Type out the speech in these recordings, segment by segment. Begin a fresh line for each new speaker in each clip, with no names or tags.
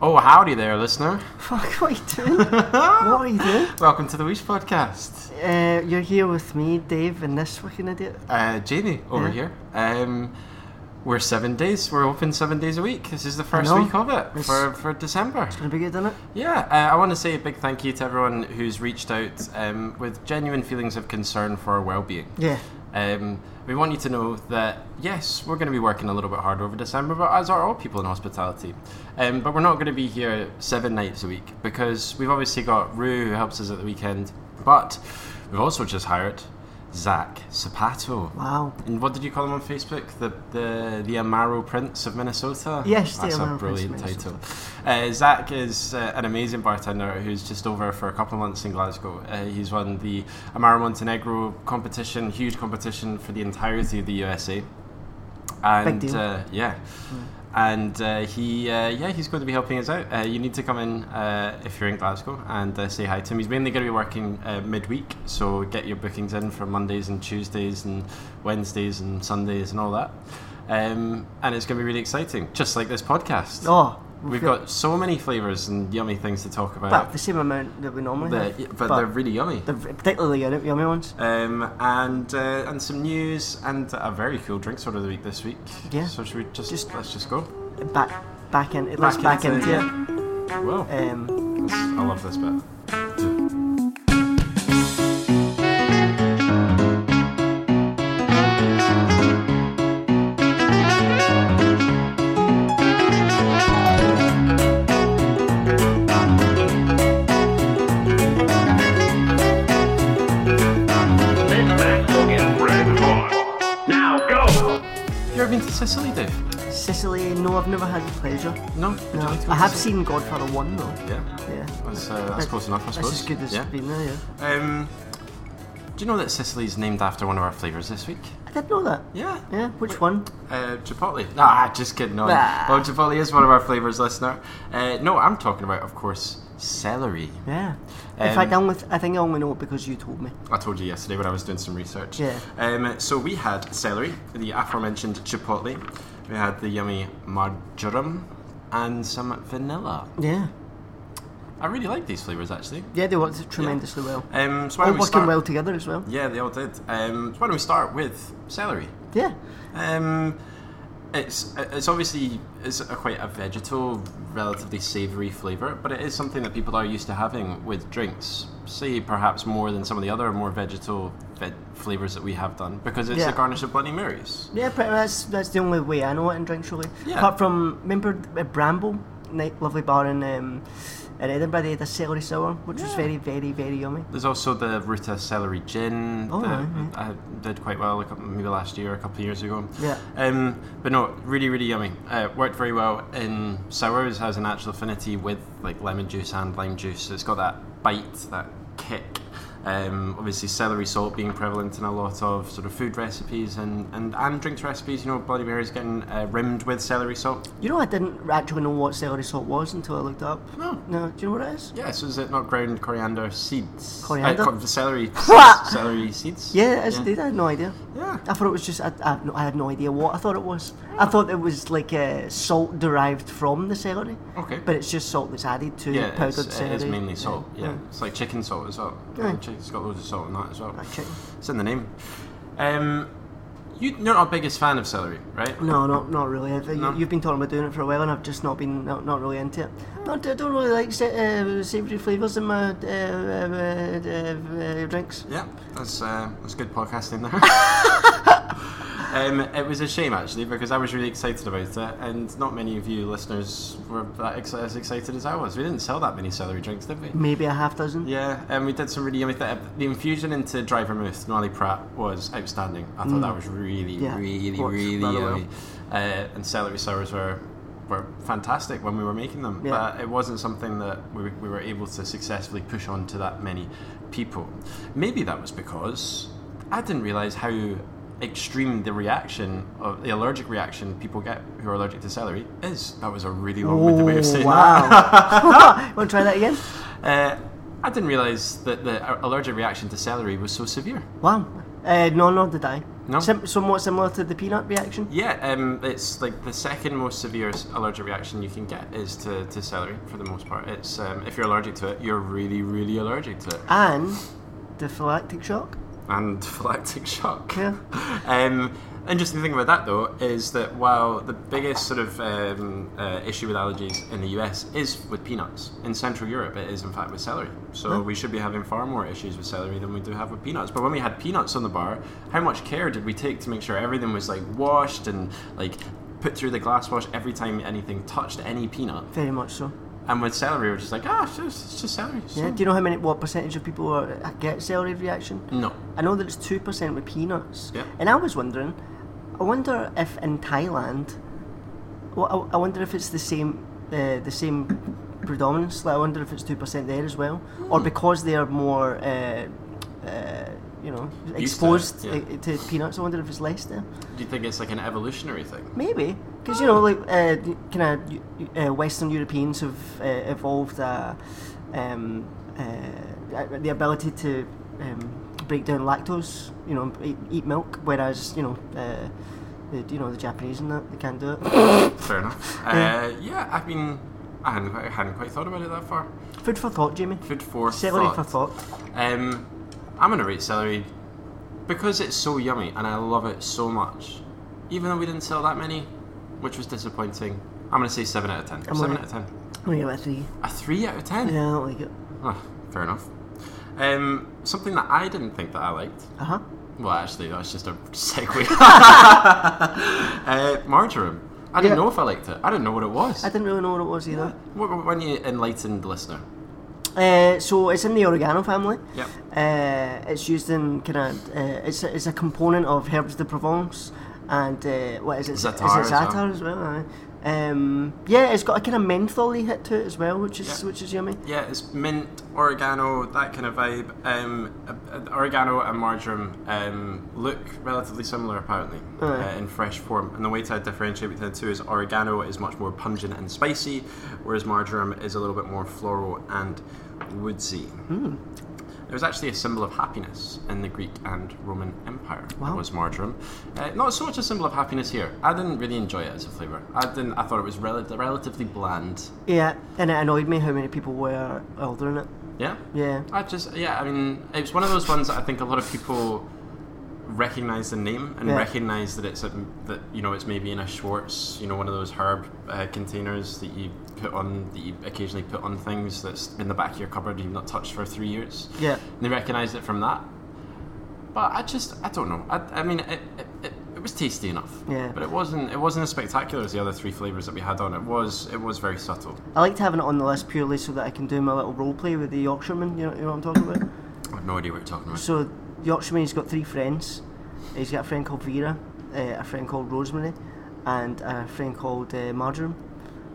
Oh, howdy there, listener.
Fuck, what are you doing? what are you doing?
Welcome to the Wish Podcast.
Uh, you're here with me, Dave, and this fucking idiot.
Uh, Jamie over
Yeah.
here. Um, we're seven days. We're open seven days a week. This is the first
know.
week of it
It's-
for, for December.
It's gonna be good, isn't it?
Yeah, uh, I want to say a big thank you to everyone who's reached out um, with genuine feelings of concern for our well-being.
Yeah.
Um, we want you to know that yes, we're going to be working a little bit hard over December, but as are all people in hospitality. Um, but we're not going to be here seven nights a week because we've obviously got Rue who helps us at the weekend, but we've also just hired Zach Sapato.
Wow.
And what did you call him on Facebook? The the the Amaro Prince of Minnesota.
Yes, the
that's a
Amaro Prince of
brilliant title.
Minnesota.
Uh, Zach is uh, an amazing bartender who's just over for a couple of months in Glasgow. Uh, he's won the Amaro Montenegro competition, huge competition for the entirety of the USA. And
deal.
Uh, yeah. And uh, he, uh, yeah, he's going to be helping us out. Uh, you need to come in uh, if you're in Glasgow and uh, say hi to him. He's mainly going to be working uh, midweek, so get your bookings in for Mondays and Tuesdays and Wednesdays and Sundays and all that. Um, and it's going to be really exciting, just like this podcast.
Oh,
We've got so many flavours and yummy things to talk
about
about,
the same amount that we normally
They're-
have.
yeah, but, they're really yummy.
they're v- particularly yummy yummy ones.
Um, and uh, and some news and a very cool drinks order of the week this week.
Yeah.
So should we just,
Just-
let's just go?
Back, back in. Let's back, into,
yeah. Wow.
it. Um,
I love this bit.
This Maxwell gets red hot. Now go!
You ever been to Sicily, Dave?
Sicily. No, I've never had the pleasure.
No.
No, I have seen Godfather One though.
Yeah.
Yeah.
That's, uh, that's close enough, I
That's
suppose.
as good as
yeah.
it's been there. Yeah.
Um, do you know that Sicily's named after one of our flavours this week?
I did know that.
Yeah.
Yeah. Which one?
Uh, Chipotle. Nah, just kidding. No.
Nah.
Well, Chipotle is one of our flavours, listener. Uh, no, I'm talking about, of course, celery.
Yeah.
Um,
In fact, I, only, I think I only know it because you told me.
I told you yesterday when I was doing some research.
Yeah.
Um, so we had celery, the aforementioned chipotle, we had the yummy marjoram, and some vanilla.
Yeah.
I really like these flavours actually.
Yeah, they worked tremendously well.
Um, so why
All
don't we
working
start?
well together as well.
Yeah, they all did. Um, so why don't we start with celery?
Yeah.
Um, it's it's obviously it's a quite a vegetal, relatively savoury flavour, but it is something that people are used to having with drinks. Say perhaps more than some of the other more vegetal ve- flavours that we have done, because it's
Yeah.
the garnish of Bloody Marys.
Yeah, pretty much. That's, that's the only way I know it in drinks, really.
Yeah.
Apart from, remember uh, Bramble? Night, lovely bar in, um, in Edinburgh. They had a celery sour, which was very, very, very yummy.
There's also the Ruta celery gin
Oh,
that
right, right.
I did quite well, like maybe last year, a couple of years ago.
Yeah.
Um, but no, really, really yummy. Uh, worked very well in sours. Has a natural affinity with like lemon juice and lime juice. It's got that bite, that kick. Um, obviously, celery salt being prevalent in a lot of sort of food recipes and, and, and drinks recipes. You know, Bloody Mary's getting uh, rimmed with celery salt.
You know, I didn't actually know what celery salt was until I looked it up.
No.
No, do you know what it is?
Yeah, so is it not ground coriander seeds?
Coriander?
Uh, co- celery, celery seeds?
Yeah, it is indeed. I had no idea.
Yeah.
I thought it was just, I, I, no, I had no idea what I thought it was.
Oh.
I thought it was like uh, salt derived from the celery.
Okay.
But it's just salt that's added to
Yeah,
powdered
it's,
celery.
it is mainly salt. Yeah. it's like chicken salt as well.
Yeah.
Chick- It's got loads of salt in that as well.
Like chicken.
It's in the name. Um, you, you're not a biggest fan of celery, right?
No, not not really. I've,
No?
you, have been talking about doing it for a while, and I've just not been not, not really into it. Not, I don't really like sa- uh, savoury flavours in my uh, uh, uh, uh, drinks.
Yeah, that's uh, that's good podcasting there. um, it was a shame actually because I was really excited about it, and not many of you listeners were that ex- as excited as I was. We didn't sell that many celery drinks, did we?
Maybe a half dozen.
Yeah, and we did some really yummy things. The infusion into dry vermouth, Nolly Pratt, was outstanding. I thought that was really,
Mm. Yeah,
really,
worked
really
rather
yummy. Uh, and celery sours were were fantastic when we were making them,
Yeah.
but it wasn't something that we, we were able to successfully push on to that many people. Maybe that was because I didn't realize how extreme the reaction of the allergic reaction people get who are allergic to celery is. That was a really long-winded way of saying that.
Oh, wow! Want to try that again?
Uh, I uh, didn't realise that the allergic reaction to celery was so severe.
Wow. Uh, no, nor did I.
No.
Sim- somewhat similar to the peanut reaction.
Yeah, um, it's like the second most severe s- allergic reaction you can get is to, to celery for the most part. It's um, if you're allergic to it, you're really, really allergic to it,
And the phylactic shock.
and phylactic shock.
Yeah.
Um, interesting thing about that though is that while the biggest sort of um, uh, issue with allergies in the US is with peanuts, in Central Europe it is in fact with celery. So we should be having far more issues with celery than we do have with peanuts. But when we had peanuts on the bar, how much care did we take to make sure everything was like washed and like put through the glass wash every time anything touched any peanut?
Very much so.
And with celery, we're just like, ah, it's just, it's just celery. it's
Yeah. Do you know how many? What percentage of people are, get celery reaction?
No.
I know that it's two percent with peanuts.
Yeah.
And I was wondering, I wonder if in Thailand, well, I, I wonder if it's the same, uh, the same predominance. Like, I wonder if it's two percent there as well,
Hmm.
or because they are more, uh, uh, you know,
it,
exposed
yeah.
uh, to peanuts. I wonder if it's less there.
Do you think it's like an evolutionary thing?
Maybe because you know, like uh, kind of uh, Western Europeans have uh, evolved uh, um, uh, uh, the ability to um, break down lactose. You know, eat, eat milk, whereas you know. Uh, the, you know the Japanese and that they can't do it.
Fair enough. Uh, yeah, I mean, I hadn't, quite, I hadn't quite thought about it that far.
Food for thought, Jamie.
Food for
Celery
thought.
for thought.
Um, I'm gonna rate celery because it's so yummy and I love it so much. Even though we didn't sell that many, which was disappointing, I'm gonna say seven out of 10
I'm
seven
gonna-
out of ten.
I'm gonna give it a three.
A three out of ten.
Yeah, I don't like it.
Ah, fair enough. Um, something that I didn't think that I liked.
Uh huh.
Well, actually, that's just a segue. uh, marjoram. I didn't
Yeah.
know if I liked it. I didn't know what it was.
I didn't really know what it was either.
Wh- wh- When you enlightened the listener.
Uh, so it's in the oregano family.
Yep.
Uh, it's used in kind of uh, it's a, it's a component of herbs de Provence and uh, what is it?
Za'atar as
is it
well.
zatar as well? aye. Um, yeah, it's got a kind of mentholy hit to it as well, which is
Yeah.
which is yummy.
Yeah, it's mint, oregano, that kind of vibe. Um, uh, uh, oregano and marjoram um, look relatively similar, apparently,
Aye.
uh, in fresh form. And the way to differentiate between the two is oregano is much more pungent and spicy, whereas marjoram is a little bit more floral and woodsy. Hmm. It was actually a symbol of happiness in the Greek and Roman Empire.
Wow.
Was marjoram, uh, not so much a symbol of happiness here. I didn't really enjoy it as a flavor. I didn't. I thought it was rel- relatively bland.
Yeah, and it annoyed me how many people were ordering it.
Yeah.
Yeah,
I just, yeah, I mean, it's one of those ones that I think a lot of people recognize the name and
Yeah.
recognize that it's a, that you know it's maybe in a Schwartz, you know, one of those herb uh, containers that you put on that you occasionally put on things that's in the back of your cupboard you've not touched for three years.
Yeah.
and they recognize it from that. But I just, I don't know. I, I mean, it, it, it, it was tasty enough.
Yeah.
But it wasn't. It wasn't as spectacular as the other three flavors that we had on. It was. It was very subtle.
I liked having it on the list purely so that I can do my little role play with the Yorkshireman. You know, you know what I'm talking about.
I have no idea what you're talking about.
So Yorkshireman's got three friends. He's got a friend called Vera, uh, a friend called Rosemary, and a friend called uh, Marjoram.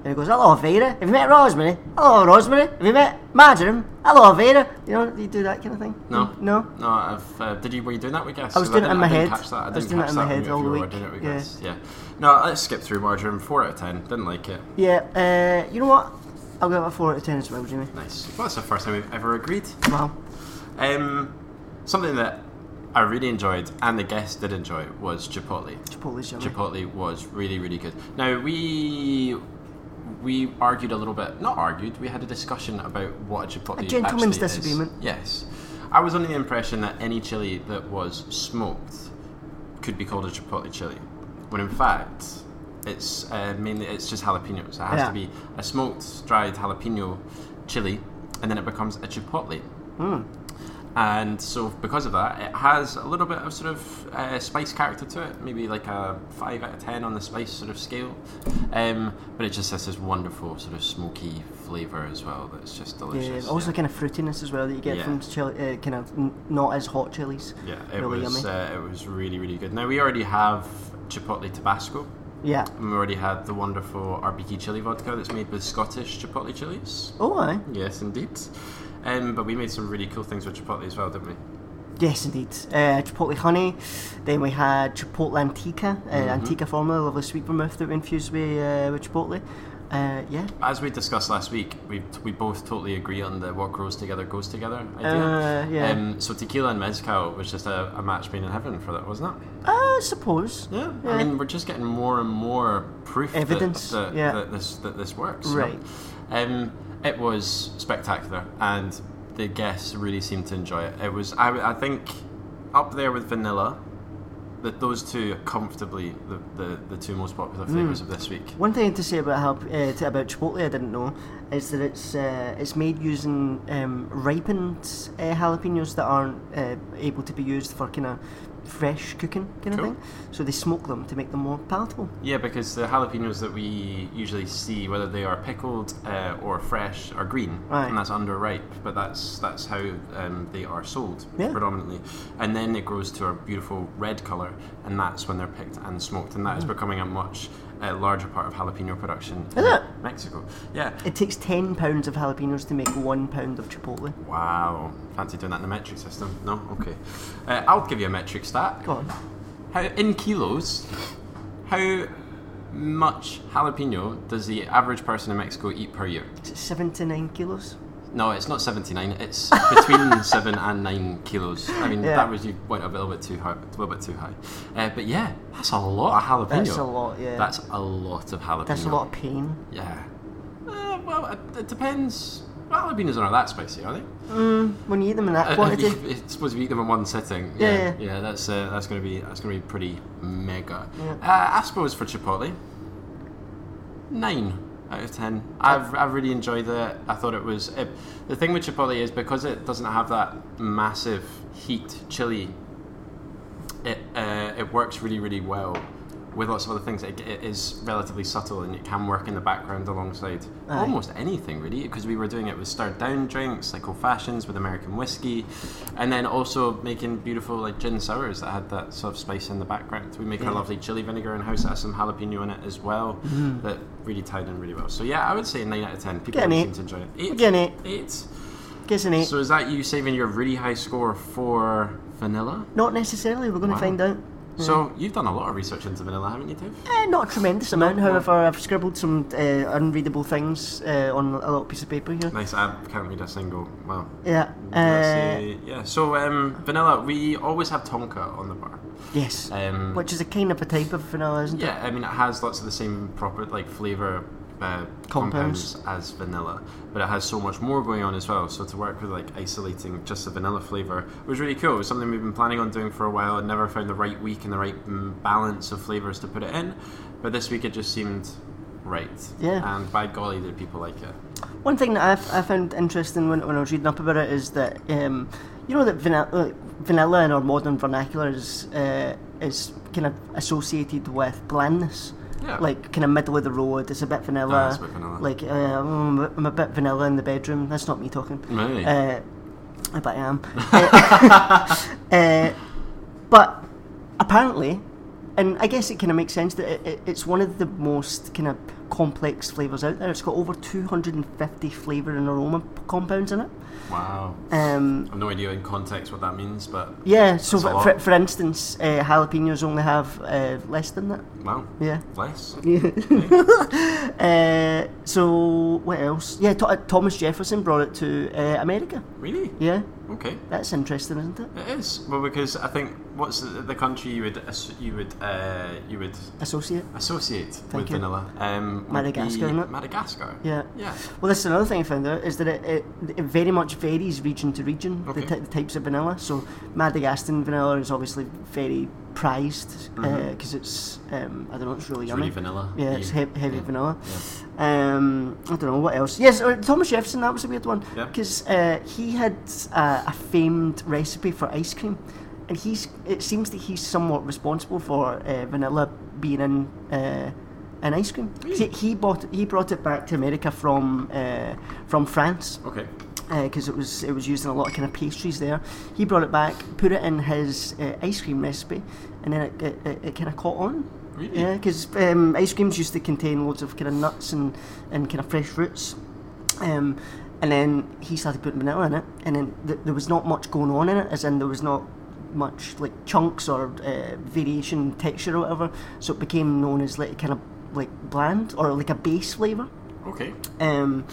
And he goes, "Hello, Vera. Have you met Rosemary? Hello, Rosemary. Have you met Marjoram? Hello, Vera." You know, you do that kind of thing.
No.
No.
No, I've, uh, did you? Were you doing that with guests?
I was
'Cause
doing it in
didn't-
my
didn't
head.
Catch that. I,
I was
didn't
doing it
catch
in my
that when
head
you- if
all
you
the
were
week,
doing it with
yeah.
guests, Yeah. No, let's skip through marjoram. Four out of ten. Didn't like it.
Yeah. Uh, you know what? I'll give it a four out of ten as well, Jimmy.
Nice. Well, that's the first time we've ever agreed.
Wow.
Um, something that I really enjoyed and the guests did enjoy was chipotle.
Chipotle's yummy.
Chipotle was really, really good. Now we we argued a little bit, not argued. We had a discussion about what a chipotle.
A gentleman's
actually is.
disagreement.
Yes, I was under the impression that any chili that was smoked could be called a chipotle chili, when in fact it's uh, mainly it's just jalapenos. It has
Yeah.
to be a smoked, dried jalapeno chili, and then it becomes a chipotle and so because of that, it has a little bit of sort of uh, spice character to it, maybe like a five out of ten on the spice sort of scale. Um, but it just has this wonderful sort of smoky flavour as well that's just
Yeah,
delicious.
also kind of fruitiness as well that you get
Yeah.
from chili, uh, kind of n- not as hot chilies.
yeah, it
really
was
yummy.
uh, it was really really good. Now we already have chipotle Tabasco.
yeah.
And we already had the wonderful RBQ chili vodka that's made with Scottish chipotle chilies.
Oh, aye.
Yes, indeed. Um, but we made some really cool things with chipotle as well, didn't we?
Yes, indeed. Uh, Chipotle honey. Then we had Chipotle Antica, uh, Antica formula, lovely sweet vermouth that we infused with, uh, with Chipotle. Uh, yeah.
As we discussed last week, we we both totally agree on the what grows together goes together idea.
Uh, yeah.
Um, so tequila and mezcal was just a, a match made in heaven for that, wasn't it?
Uh, suppose.
Yeah, I mean, we're just getting more and more proof that-
Evidence,
that,
yeah.
that this that this works. you know?
Right.
Um, it was spectacular, and the guests really seemed to enjoy it. It was, I, I think, up there with Vanilla. That those two are comfortably the, the, the two most popular
Mm.
flavors of this week.
One thing to say about how, uh, to, about Chipotle I didn't know is that it's uh, it's made using um, ripened uh, jalapenos that aren't uh, able to be used for kind of fresh cooking kind of
Cool.
thing. So they smoke them to make them more palatable.
Yeah, because the jalapenos that we usually see, whether they are pickled uh, or fresh, are green,
Right.
and that's underripe. But that's that's how um, they are sold
Yeah.
predominantly. And then it grows to a beautiful red color, and that's when they're picked and smoked. And that
Hmm.
is becoming a much uh, larger part of jalapeno production in
it?
Mexico. Yeah.
It takes ten pounds of jalapenos to make one pound of Chipotle.
Wow. Fancy doing that in the metric system? No. Okay. Uh, I'll give you a metric stat.
Go on.
How in kilos? How much jalapeno does the average person in Mexico eat per year?
Is it seventy-nine kilos?
No, it's not seventy-nine. It's between seven and nine kilos. I mean,
Yeah.
that was you went a little bit too high, a little bit too high. Uh, but yeah, that's a lot of jalapeno.
That's a lot, yeah.
That's a lot of jalapeno.
That's a lot of pain.
Yeah. Uh, well, it, it depends. Jalapenos aren't that spicy, are they?
When you eat them in that
Uh, if
quantity,
you- it's supposed to eat them in one sitting.
Yeah,
yeah,
yeah.
that's uh, that's gonna be that's gonna be pretty mega.
Yeah.
Uh, I suppose for Chipotle, nine out of ten. I've I've really enjoyed it. I thought it was it, the thing with Chipotle is because it doesn't have that massive heat chili. It uh, it works really really well. With lots of other things, it, it is relatively subtle and it can work in the background alongside almost anything, really, because we were doing it with stirred down drinks, like old fashions with American whiskey, and then also making beautiful like gin sours that had that sort of spice in the background. We make our lovely chili vinegar in house that has some jalapeno in it as well, that really tied in really well. So yeah, I would say a nine out of ten. People
Get an
really
eight.
seem to enjoy it. Eight,
Get an eight.
eight.
gives an eight.
So is that you saving your really high score for vanilla?
Not necessarily. We're going
Wow.
to find out.
So you've done a lot of research into vanilla, haven't you, Dave?
Eh, not a tremendous amount, however, I've scribbled some uh, unreadable things uh, on a little piece of paper here.
Nice. I can't read a single. Wow.
Yeah.
Let's
Uh,
see. yeah. So um, vanilla, we always have tonka on the bar.
yes.
Um,
Which is a kind of a type of vanilla, isn't
yeah, I mean it has lots of the same proper like flavor uh,
Compounds.
compounds as vanilla, but it has so much more going on as well. So to work with like isolating just the vanilla flavor was really cool. It was something we've been planning on doing for a while and never found the right week and the right mm, balance of flavors to put it in. But this week it just seemed right.
Yeah.
And by golly, did people like it?
it? One thing that I've, I found interesting when, when I was reading up about it is that, um, you know, that vanilla, uh, vanilla in our modern vernacular is, uh, is kind of associated with blandness.
Yeah.
Like kind of middle of the road, it's a bit vanilla.
Yeah, it's a bit vanilla.
Like uh, I'm, a- I'm a bit vanilla in the bedroom. That's not me talking.
Really?
Uh, I bet I am. Uh, uh, but apparently, and I guess it kind of makes sense that it, it, it's one of the most kind of complex flavors out there. It's got over 250 flavor and aroma p- compounds in it.
Wow.
Um,
I've no idea in context what that means, but
yeah, so
That's a
for, for,
lot.
for instance, uh, jalapenos only have uh, less than that.
wow.
Yeah.
Less.
Uh, so what else? Yeah, Tho- uh, Thomas Jefferson brought it to uh, America.
Really?
Yeah,
Okay.
that's interesting, isn't it?
It is well because I think what's the, the country you would ass- you would uh, you would
Associate.
associate with
you.
vanilla? Um, would
Madagascar,
be
innit?
Madagascar.
Yeah.
Yeah.
Well, that's another thing I found out is that it, it, it very much varies region to region
Okay.
the, ty- the types of vanilla. So Madagascar vanilla is obviously very prized because
Mm-hmm.
it's um, I don't know it's really yummy.
really vanilla.
Yeah, it's
Yeah.
he- heavy
Yeah.
vanilla. Um, I don't know what else. Yes, uh, Thomas Jefferson. That was a weird one
Yeah.
because uh, he had uh, a famed recipe for ice cream, and he's. It seems that he's somewhat responsible for uh, vanilla being in uh, in ice cream. 'Cause He, he bought he brought it back to America from uh, from France
Okay.
because Uh, it was it was used in a lot of kind of pastries there. He brought it back, put it in his uh, ice cream recipe, and then it, it, it, kind of caught on.
Really?
Yeah, because um, ice creams used to contain loads of kind of nuts and, and kind of fresh fruits. Um, and then he started putting vanilla in it, and then th- there was not much going on in it, as in there was not much like chunks or uh, variation in texture or whatever. So it became known as like kind of like bland or like a base flavour.
Okay.
Um,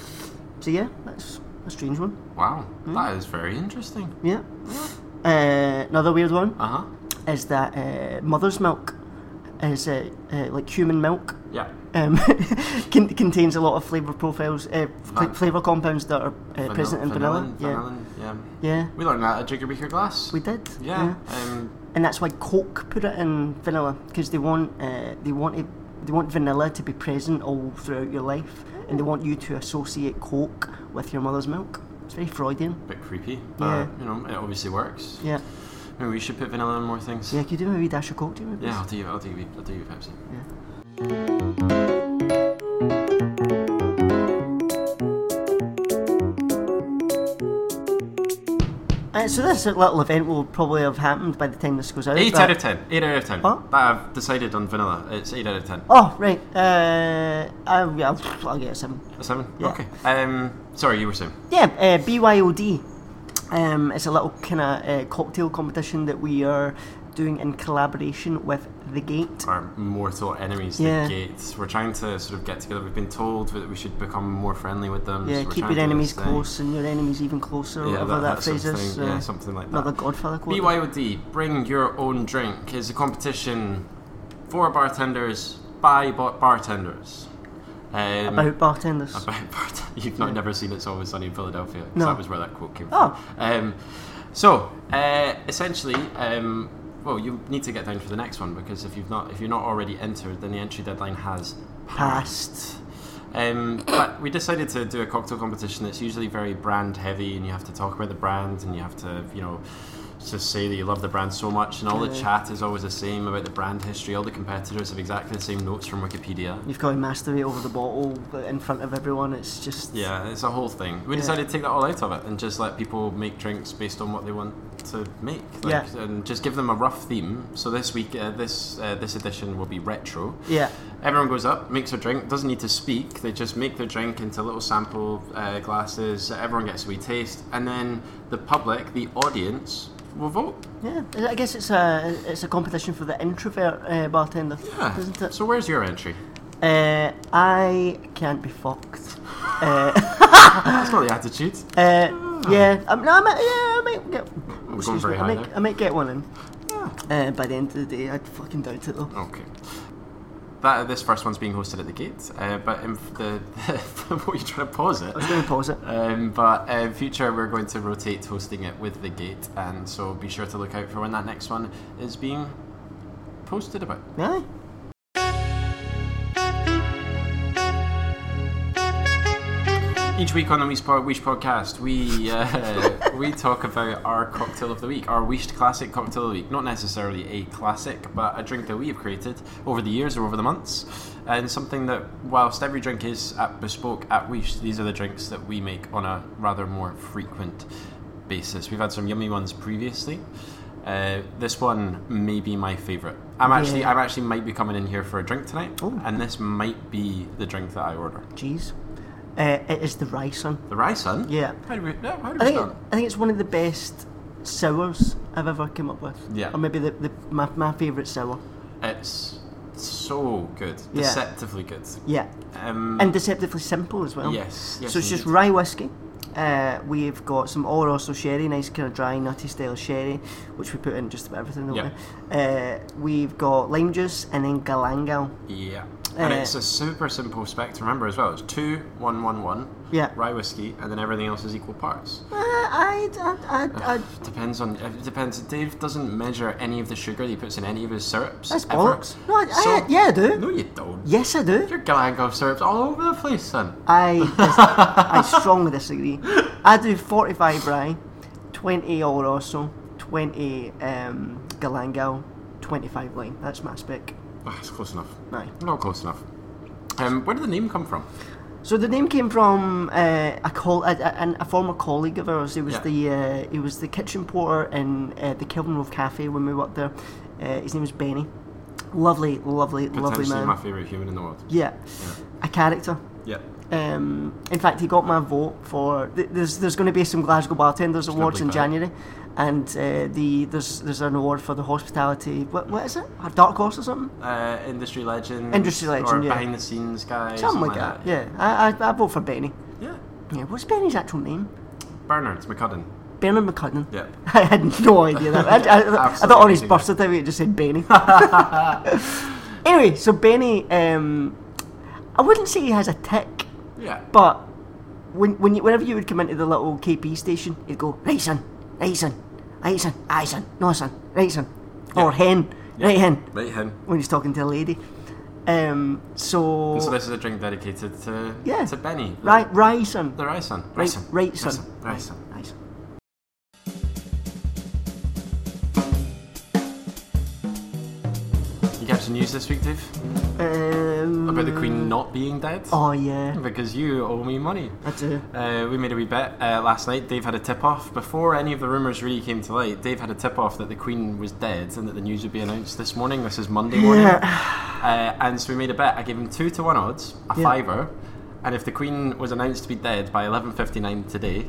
so yeah, that's a strange one. Hmm?
Wow. That is very interesting.
Yeah. Uh, another weird one.
Uh huh.
is that uh, mother's milk is uh, uh, like human milk.
Yeah.
Um, con- contains a lot of flavour profiles, uh,
Van-
flavour compounds that are uh, present in vanilla.
Vanillin,
Yeah.
vanillin, yeah.
yeah,
We learned that at Jigger Beaker Glass.
we did.
yeah. Um,
and that's why Coke put it in vanilla because they want uh, they want it, they want vanilla to be present all throughout your life, and they want you to associate Coke with your mother's milk. It's very Freudian.
bit creepy, but
Yeah.
you know it obviously works.
Yeah,
Maybe we should put vanilla on more things.
yeah. Could you do a wee dash of Coke to me? please?
Yeah, I'll do you. I'll do you. I'll do you Pepsi.
Yeah. Uh, so this little event will probably have happened by the time this goes out.
Eight
but-
out of ten. Eight out of ten.
What?
That I've decided on vanilla. It's eight out of ten.
Oh right, uh, I'll, I'll, I'll get some.
A seven.
Yeah.
Okay. Um, sorry, you were saying.
Yeah, uh, BYOD. Um, it's a little kind of uh, cocktail competition that we are doing in collaboration with The Gate.
Our mortal enemies,
Yeah.
the gates. We're trying to sort of get together. We've been told that we should become more friendly with them.
Yeah,
so we're trying
keep your
to do
enemies
this thing.
close and your enemies even closer,
Yeah,
whatever that,
that,
phrase
something,
is.
yeah,
uh,
something like that.
another Godfather quote.
BYOD, bring your own drink, is a competition for bartenders by ba- bartenders. Um,
About bartenders.
about bart- You've not never seen It's Always Sunny in Philadelphia. 'cause
No.
That was where that quote came
Oh.
from. Um, so, uh, essentially, um, well, you need to get down for the next one because if you've not if you're not already entered, then the entry deadline has passed. Um, but we decided to do a cocktail competition that's usually very brand heavy, and you have to talk about the brand, and you have to, you know, just say that you love the brand so much, and all the
Yeah.
chat is always the same about the brand history. All the competitors have exactly the same notes from Wikipedia.
You've got to masturbate over the bottle uh, in front of everyone. It's just
Yeah, it's a whole thing. We
Yeah.
decided to take that all out of it and just let people make drinks based on what they want to make. Like,
Yeah.
And just give them a rough theme. So this week, uh, this uh, this edition will be retro.
yeah.
Everyone goes up, makes their drink, doesn't need to speak. They just make their drink into little sample uh, glasses. Everyone gets a wee taste. And then the public, the audience, will vote.
Yeah, I guess it's a it's a competition for the introvert uh, bartender,
Yeah.
isn't it?
So where's your entry?
Uh, I can't be fucked.
That's not the attitude.
Uh, yeah, I'm, no, I might, yeah, I might get. excuse
very
me,
high
I might,
there.
I might get one in. Uh, by the end of the day, I'd fucking doubt it though.
Okay. That this first one's being hosted at the gate, uh, but in f- the, the what are you trying to pause it?
I was going to pause it.
Um, but uh, in future, we're going to rotate hosting it with the gate, and so be sure to look out for when that next one is being posted about.
Really?
Each week on the Weesh, Pod- Weesh podcast, we uh, we talk about our cocktail of the week, our Weesh classic cocktail of the week. Not necessarily a classic, but a drink that we have created over the years or over the months, and something that, whilst every drink is at bespoke at Weesh, these are the drinks that we make on a rather more frequent basis. We've had some yummy ones previously. Uh, this one may be my favourite. I'm actually,
Yeah.
I'm actually might be coming in here for a drink tonight,
Ooh.
and this might be the drink that I order.
Jeez. Uh, it is the rye son.
The rye sun.
Yeah.
How do we, yeah, how do we
I think
start?
I think it's one of the best sours I've ever come up with.
Yeah.
Or maybe the, the my, my favourite sour.
It's so good,
Yeah.
deceptively good.
Yeah.
Um,
And deceptively simple as well.
yes, yes.
so it's just
indeed.
rye whiskey. Uh, we've got some Oloroso sherry, nice kind of dry, nutty style sherry, which we put in just about everything. don't
Yeah.
we? Uh, we've got lime juice and then galangal.
yeah. And
uh,
it's a super simple spec to remember as well. It's two, one, one, one.
Yeah.
Rye whiskey, and then everything else is equal parts.
Uh, I, I, I, I,
Depends on. It depends. Dave doesn't measure any of the sugar that he puts in any of his syrups.
that's
ever.
bollocks. No, I, I-
So-
yeah, I do.
No, you don't.
Yes, I do.
Your galangal syrups all over the place, son.
I, I strongly disagree. I do 45 rye, 20 Oloroso, 20 um, galangal, 25 lime. That's my spec.
Ah, That's close enough.
Aye.
Not close enough. Um, where did the name come from?
So the name came from uh, a, col- a, a, an- a former colleague of ours. He was
Yeah.
the uh, he was the kitchen porter in uh, the Kelvin Rove Cafe when we worked there. Uh, his name was Benny. Lovely, lovely, lovely
Potentially
man.
my favourite human in the world.
yeah, a character.
Yeah.
Um, in fact, he got my vote for. th- There's there's going to be some Glasgow Bartenders Awards in
bleep that out.
January, and uh, the there's there's an award for the hospitality. What what is it? A dark horse or something?
uh, industry legend,
Industry legend,
or
yeah.
behind the scenes guy,
Something like that. Yeah, I, I I vote for Benny.
yeah.
Yeah, what's Benny's actual name?
Bernard McCudden.
Bernard McCutcheon.
Yeah.
I had no idea that. I, I, I thought on his
Absolutely.
birth certificate it just said Benny. anyway, so Benny, um, I wouldn't say he has a tick,
Yeah.
but when, when you, whenever you would come into the little KP station, you'd go, right son, right son, right son, aye son, no son, right son,
Yeah.
or hen, right hen,
Right hen.
when he's talking to a lady. Um, so,
So this is a drink dedicated to
Yeah.
to Benny. the-
right, right son,
The Rye son.
right,
son.
right son,
Rye son.
right son.
You got some news this week, Dave?
Um,
About the Queen not being dead?
Oh yeah,
Because you owe me money.
I do.
Uh, we made a wee bet uh, last night. Dave had a tip off. Before any of the rumours really came to light, Dave had a tip off that the Queen was dead and that the news would be announced this morning. This is Monday morning. Uh, and so we made a bet. I gave him two to one odds, a
Yeah.
fiver. And if the Queen was announced to be dead by 11.59 today,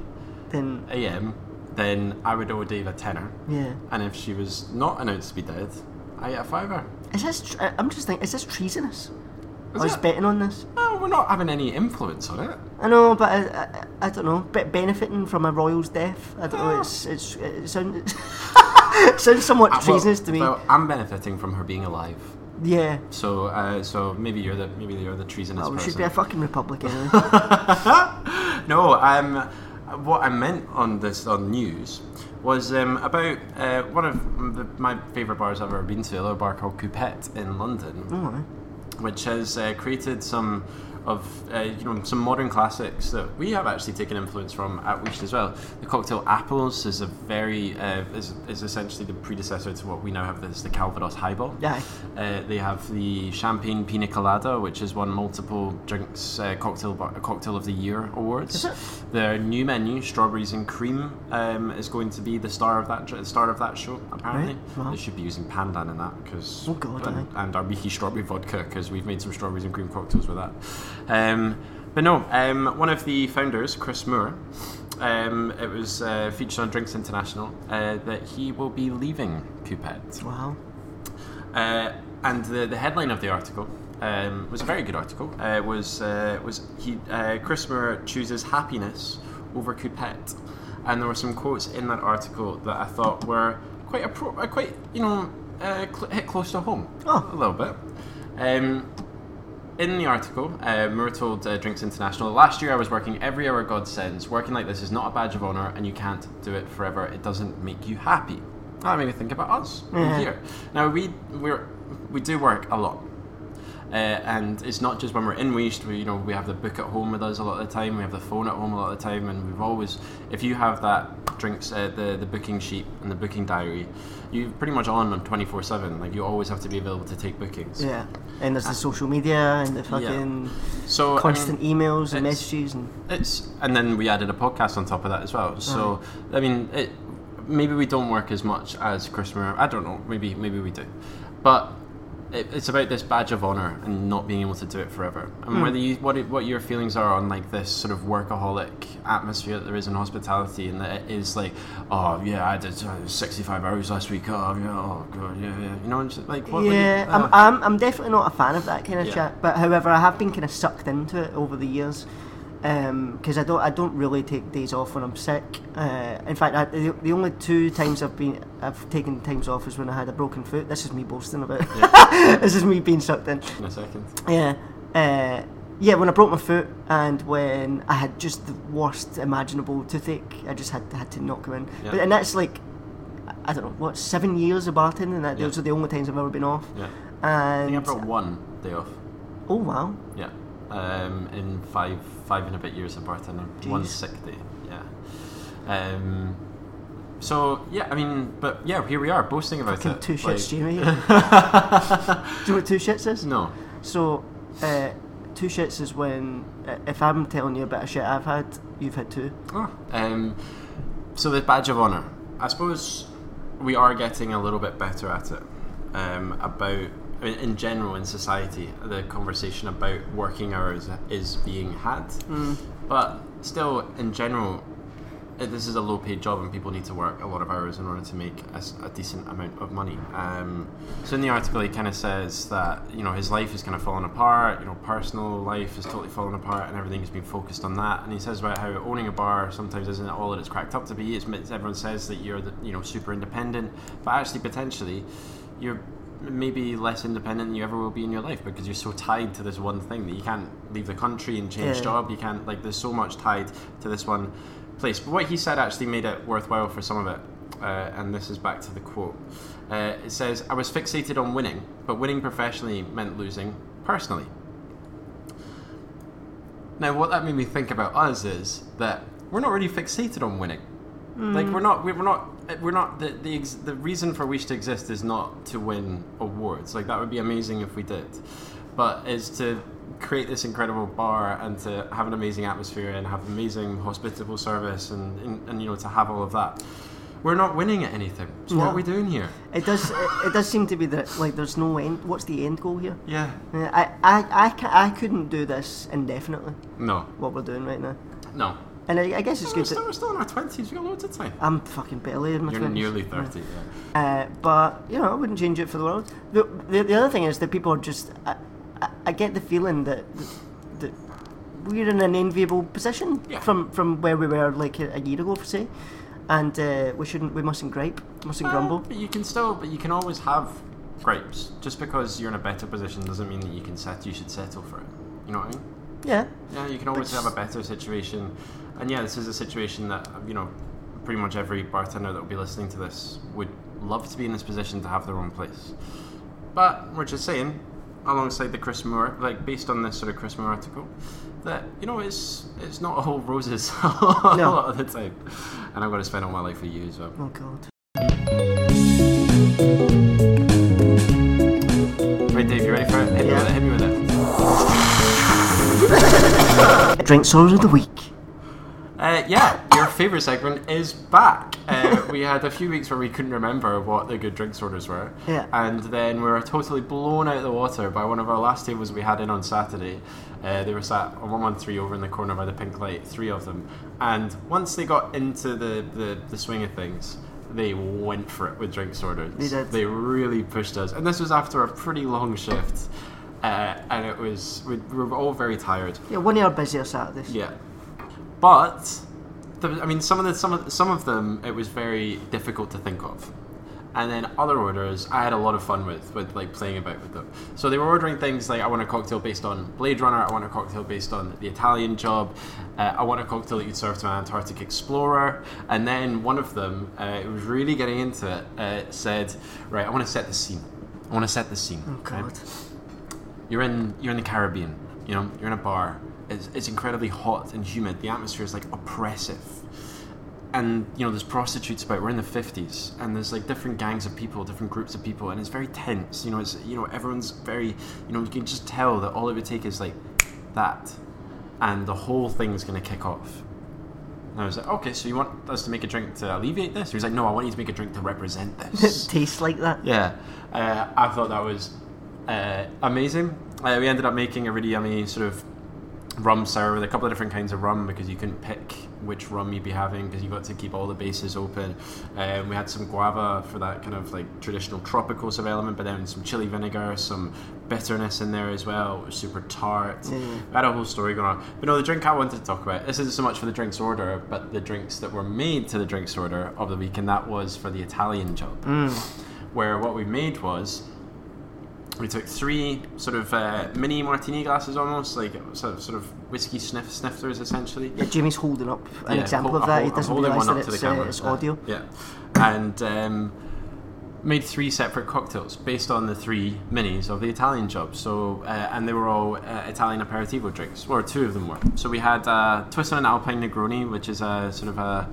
Then
a.m., then I would owe Dave a tenner.
yeah,
And if she was not announced to be dead, I get a fiver.
is this? Tr- I- I'm just thinking, is this treasonous? I was
it?
betting on this.
No, we're not having any influence on it.
I know, but I, I, I don't know. Bit benefiting from a royal's death. I don't
Ah.
know. It's it's it sounds it sounds somewhat
Uh, well,
treasonous to me.
Well, I'm benefiting from her being alive.
yeah.
So, uh, so maybe you're the maybe you're the treasonous
Well, Oh, we
person.
should be a fucking republic anyway.
no, um, what I meant on this on news was um, about uh, one of the, my favourite bars I've ever been to, a little bar called Coupette in London, which has uh, created some of uh, you know some modern classics that we have actually taken influence from at Wish as well. The cocktail Apples is a very uh, is, is essentially the predecessor to what we now have as the Calvados Highball.
Aye.
Uh, they have the Champagne Pina Colada, which has won multiple drinks uh, cocktail bar, cocktail of the year awards.
Is it?
Their new menu, strawberries and cream, um, is going to be the star of that dr- star of that show. Apparently,
Right, wow.
they should be using pandan in that because
Oh, God,
and,
aye.
and our Miki strawberry vodka because we've made some strawberries and cream cocktails with that. Um, but no, um, one of the founders, Chris Moore. Um, it was uh, featured on Drinks International uh, that he will be leaving Coupette.
wow.
Uh, and the, the headline of the article um, was a very good article. Uh, was uh, was he uh, Chris Moore chooses happiness over Coupette, and there were some quotes in that article that I thought were quite appro- uh, quite you know uh, cl- hit close to home
Oh.
a little bit. Um, in the article, uh, Moore told uh, Drinks International, last year I was working every hour God sends. Working like this is not a badge of honour and you can't do it forever. It doesn't make you happy. That made me think about us
Yeah.
here. Now, we, we're, we do work a lot. Uh, and it's not just when we're in waste. We, you know, we have the book at home with us a lot of the time. We have the phone at home a lot of the time, and we've always, if you have that drinks, uh, the the booking sheet and the booking diary, you're pretty much on on twenty four seven. Like you always have to be available to take bookings.
Yeah. And there's the
Uh,
social media and the fucking
So I mean-
constant emails
um,
and
it's-
messages and
it's and then we added a podcast on top of that as well. So I mean, it, maybe we don't work as much as Chris Moore. I don't know. Maybe maybe we do, but it, it's about this badge of honor and not being able to do it forever. And
Hmm.
whether you what it, what your feelings are on like this sort of workaholic atmosphere that there is in hospitality, and that it is like, oh yeah, I did uh, sixty five hours last week. Oh yeah, oh god, yeah, yeah. You know, and just, like what, what you-
yeah,
uh,
I'm, I'm, I'm definitely not a fan of that kind of
Yeah.
chat. But however, I have been kind of sucked into it over the years because I don't I don't really take days off when I'm sick. Uh, in fact, I, the, the only two times I've been I've taken times off is when I had a broken foot. This is me boasting about. this is me being sucked in.
in a second.
Yeah. Uh, yeah, when I broke my foot and when I had just the worst imaginable toothache, I just had had to not come in.
Yeah.
But, and that's like, I don't know, what, seven years of bartending? and that,
Yeah.
Those are the only times I've ever been off.
Yeah, I think I
And,
brought one day off.
oh wow,
Yeah. Um, in five five and a bit years of bartending. One
Jeez.
sick day. Yeah. Um, so yeah, I mean, but yeah, here we are boasting about
fucking
it.
two shits,
like-
Jamie. Do you know what two shits is?
No.
So, uh, two shits is when, uh, if I'm telling you about a shit I've had, you've had two.
Um, so the badge of honor. I suppose we are getting a little bit better at it. Um, about in- in general in society, the conversation about working hours is being had, but still in general, uh, this is a low paid job and people need to work a lot of hours in order to make a, s- a decent amount of money. Um, so in the article, he kind of says that you know his life is kind of falling apart. You know, personal life is totally falling apart, and everything has been focused on that. And he says about how owning a bar sometimes isn't all that it's cracked up to be. It's, it's everyone says that you're the, you know super independent, but actually potentially you're maybe less independent than you ever will be in your life because you're so tied to this one thing that you can't leave the country and change
Yeah.
jobs job, You can't like. There's so much tied to this one place. But what he said actually made it worthwhile for some of it. Uh, and this is back to the quote. Uh, it says, "I was fixated on winning, but winning professionally meant losing personally." Now, what that made me think about us is that we're not really fixated on winning. Like we're not, we're not, we're not. The the, ex- the reason for Wish to exist is not to win awards. Like that would be amazing if we did, but is to create this incredible bar and to have an amazing atmosphere and have amazing hospitable service and and, and you know to have all of that. We're not winning at anything. So what
No.
are we doing here?
It does. It, it does seem to be that like there's no end. What's the end goal here?
Yeah.
Uh, I, I, I, ca- I couldn't do this indefinitely.
No.
What we're doing right now,
No.
and I, I guess it's
We're
good.
still,
That
we're still in our twenties. We got loads of time.
I'm fucking barely in my
You're
20s.
nearly thirty. Yeah.
Uh, but you know, I wouldn't change it for the world. The, the, the other thing is that people are just. I, I, I get the feeling that, that we're in an enviable position
Yeah.
from from where we were like a, a year ago, say, and uh, we shouldn't. We mustn't gripe. Mustn't grumble.
But you can still, but you can always have gripes. Just because you're in a better position doesn't mean that you can set. You should settle for it. You know what I mean?
Yeah.
Yeah, you can always
But-
have a better situation. And yeah, this is a situation that you know, pretty much every bartender that will be listening to this would love to be in this position to have their own place. But we're just saying, alongside the Chris Moore, like based on this sort of Chris Moore article, that you know it's it's not all roses a
No.
lot of the time. And I'm going to spend all my life with you as well.
Oh God.
Right, Dave, you ready for it? Hit me with it. Hit me with it.
Drink sours of the week.
Uh, yeah, your favourite segment is back. Uh, we had a few weeks where we couldn't remember what the good drinks orders were.
Yeah.
And then we were totally blown out of the water by one of our last tables we had in on Saturday. Uh, they were sat on 113 over in the corner by the pink light, three of them. And once they got into the, the, the swing of things, they went for it with drinks orders.
They did.
They really pushed us. And this was after a pretty long shift. Uh, and it was, we, we were all very tired.
Yeah, one of our busier Saturdays.
Yeah, but there was- I mean, some of the some of some of them it was very difficult to think of, and then other orders I had a lot of fun with with like playing about with them. So they were ordering things like I want a cocktail based on Blade Runner, I want a cocktail based on the Italian Job, uh, I want a cocktail that you'd serve to an Antarctic explorer, and then one of them uh, it was really getting into it. Uh, said, right, I want to set the scene. I want to set the scene.
Oh
right?
God.
you're in you're in the Caribbean. You know, you're in a bar. It's, it's incredibly hot and humid. The atmosphere is like oppressive. And you know, there's prostitutes about. We're in the fifties, and there's like different gangs of people, different groups of people, and it's very tense. You know, it's you know everyone's very you know you can just tell that all it would take is like that, and the whole thing's gonna kick off. And I was like, okay, so you want us to make a drink to alleviate this? He was like, no, I want you to make a drink to represent this.
Tastes like that.
Yeah, uh, I thought that was uh, amazing. Uh, we ended up making a really yummy sort of rum sour with a couple of different kinds of rum because you couldn't pick which rum you'd be having because you got to keep all the bases open. Um, we had some guava for that kind of like traditional tropical sort of element, but then some chili vinegar, some bitterness in there as well. It was super tart. We had a whole story going on. But no, the drink I wanted to talk about, this isn't so much for the drinks order, but the drinks that were made to the drinks order of the week, and that was for the Italian job where what we made was we took three sort of uh, mini martini glasses almost like sort of, sort of whiskey sniff snifters essentially
Yeah, Jamie's holding up an
Yeah,
example
hol-
of
I'm
that.
hol-
He
I'm
doesn't
holding
realise
one
that
up to the
it's, uh,
camera.
it's audio.
yeah and um, made three separate cocktails based on the three minis of the Italian job. So, uh, and they were all uh, Italian aperitivo drinks, or two of them were. So we had uh, Twist on an Alpine Negroni, which is a sort of a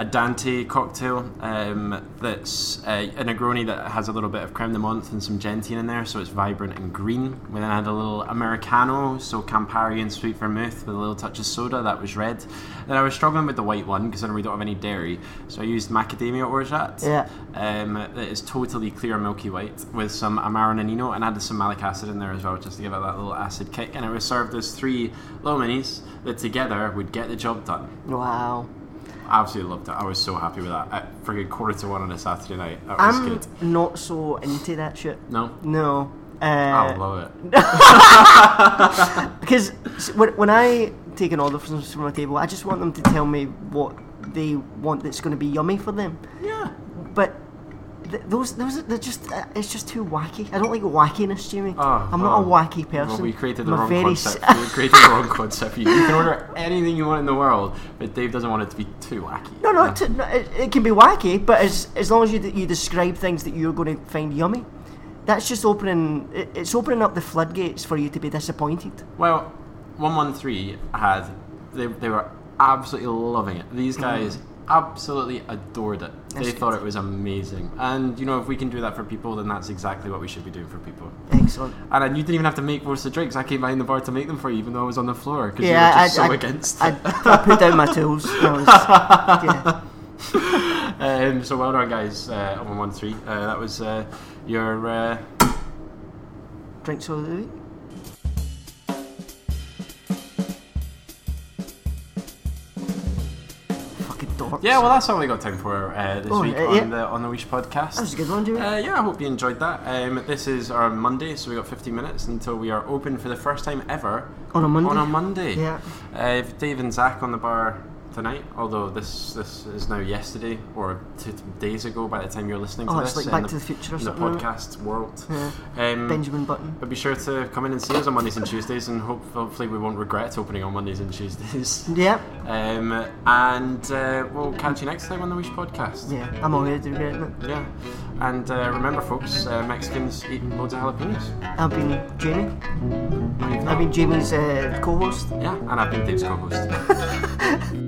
a Dante cocktail um, that's uh, a Negroni that has a little bit of creme de menthe and some gentian in there, so it's vibrant and green. We then had a little Americano, so Campari and sweet vermouth with a little touch of soda that was red. Then I was struggling with the white one because we don't have any dairy, so I used macadamia orgeat
Yeah.
um, that is totally clear milky white with some amaranino and added some malic acid in there as well just to give it that little acid kick and it was served as three little minis that together would get the job done
Wow.
Absolutely loved it. I was so happy with that. At friggin' quarter to one on a Saturday night. That was
I'm
good.
not so into that shit.
No?
No. Uh,
I love it.
Because s- when, when I take an order from, from a table, I just want them to tell me what they want that's going to be yummy for them.
Yeah.
But th- those, those, are- they're just, uh, it's just too wacky. I don't like wackiness, Jimmy.
Oh,
I'm not a
well.
wacky person.
Well, we created the
I'm a
wrong
very
concept.
s-
we created the wrong concept. for You You can order anything you want in the world, but Dave doesn't want it to be too wacky.
no, no, t- no it, it can be wacky, but as, as long as you, d- you describe things that you're going to find yummy, that's just opening, it, it's opening up the floodgates for you to be disappointed.
Well, 113 had, they, they were absolutely loving it. These guys absolutely adored it. they
Mm. good.
thought it was amazing. And, you know, if we can do that for people, then that's exactly what we should be doing for people.
Excellent.
And I, you didn't even have to make most of the drinks. I came behind the bar to make them for you, even though I was on the floor, because you were just so against
I,
it.
I put down my tools. I was, yeah.
Um, so well done, guys, uh, on 113. Uh, that was uh, your... Uh,
Drinks all the week. Fucking dorks.
Yeah, well, that's all we got time for uh, this
Oh,
week
uh,
on
yeah.
the on the Wish podcast.
That was a good one, Jimmy.
Uh, yeah, I hope you enjoyed that. Um, this is our Monday, so we got 15 minutes until we are open for the first time ever
On a Monday?
On a Monday,
Yeah.
Uh, if Dave and Zach on the bar tonight. Although this this is now yesterday or two days ago. By the time you're listening
Oh,
to
it's
this,
like
in
Back to the Future or
in
something,
The
isn't it?
podcast world.
Yeah.
Um,
Benjamin Button.
But be sure to come in and see us on Mondays and Tuesdays, and hope, hopefully we won't regret opening on Mondays and Tuesdays.
Yeah.
Um, and uh, we'll catch you next time on the Wish Podcast.
Yeah. I'm already regretting it.
Yeah. And uh, remember, folks, uh, Mexicans eat loads of jalapenos.
I've been Jamie.
No, you've
I've
not.
been Jamie's uh, co-host.
Yeah, and I've been Dave's co host.